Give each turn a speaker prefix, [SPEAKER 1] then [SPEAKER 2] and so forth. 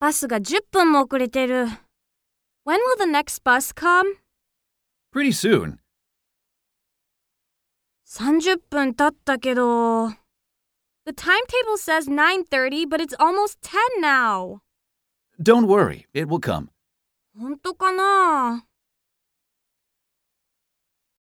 [SPEAKER 1] バスが10分も遅れてる。When will the next bus come?
[SPEAKER 2] Pretty soon.
[SPEAKER 1] 30分経ったけど。The timetable says 9:30, but it's almost 10 now.
[SPEAKER 2] Don't worry, it will come.
[SPEAKER 1] 本当かな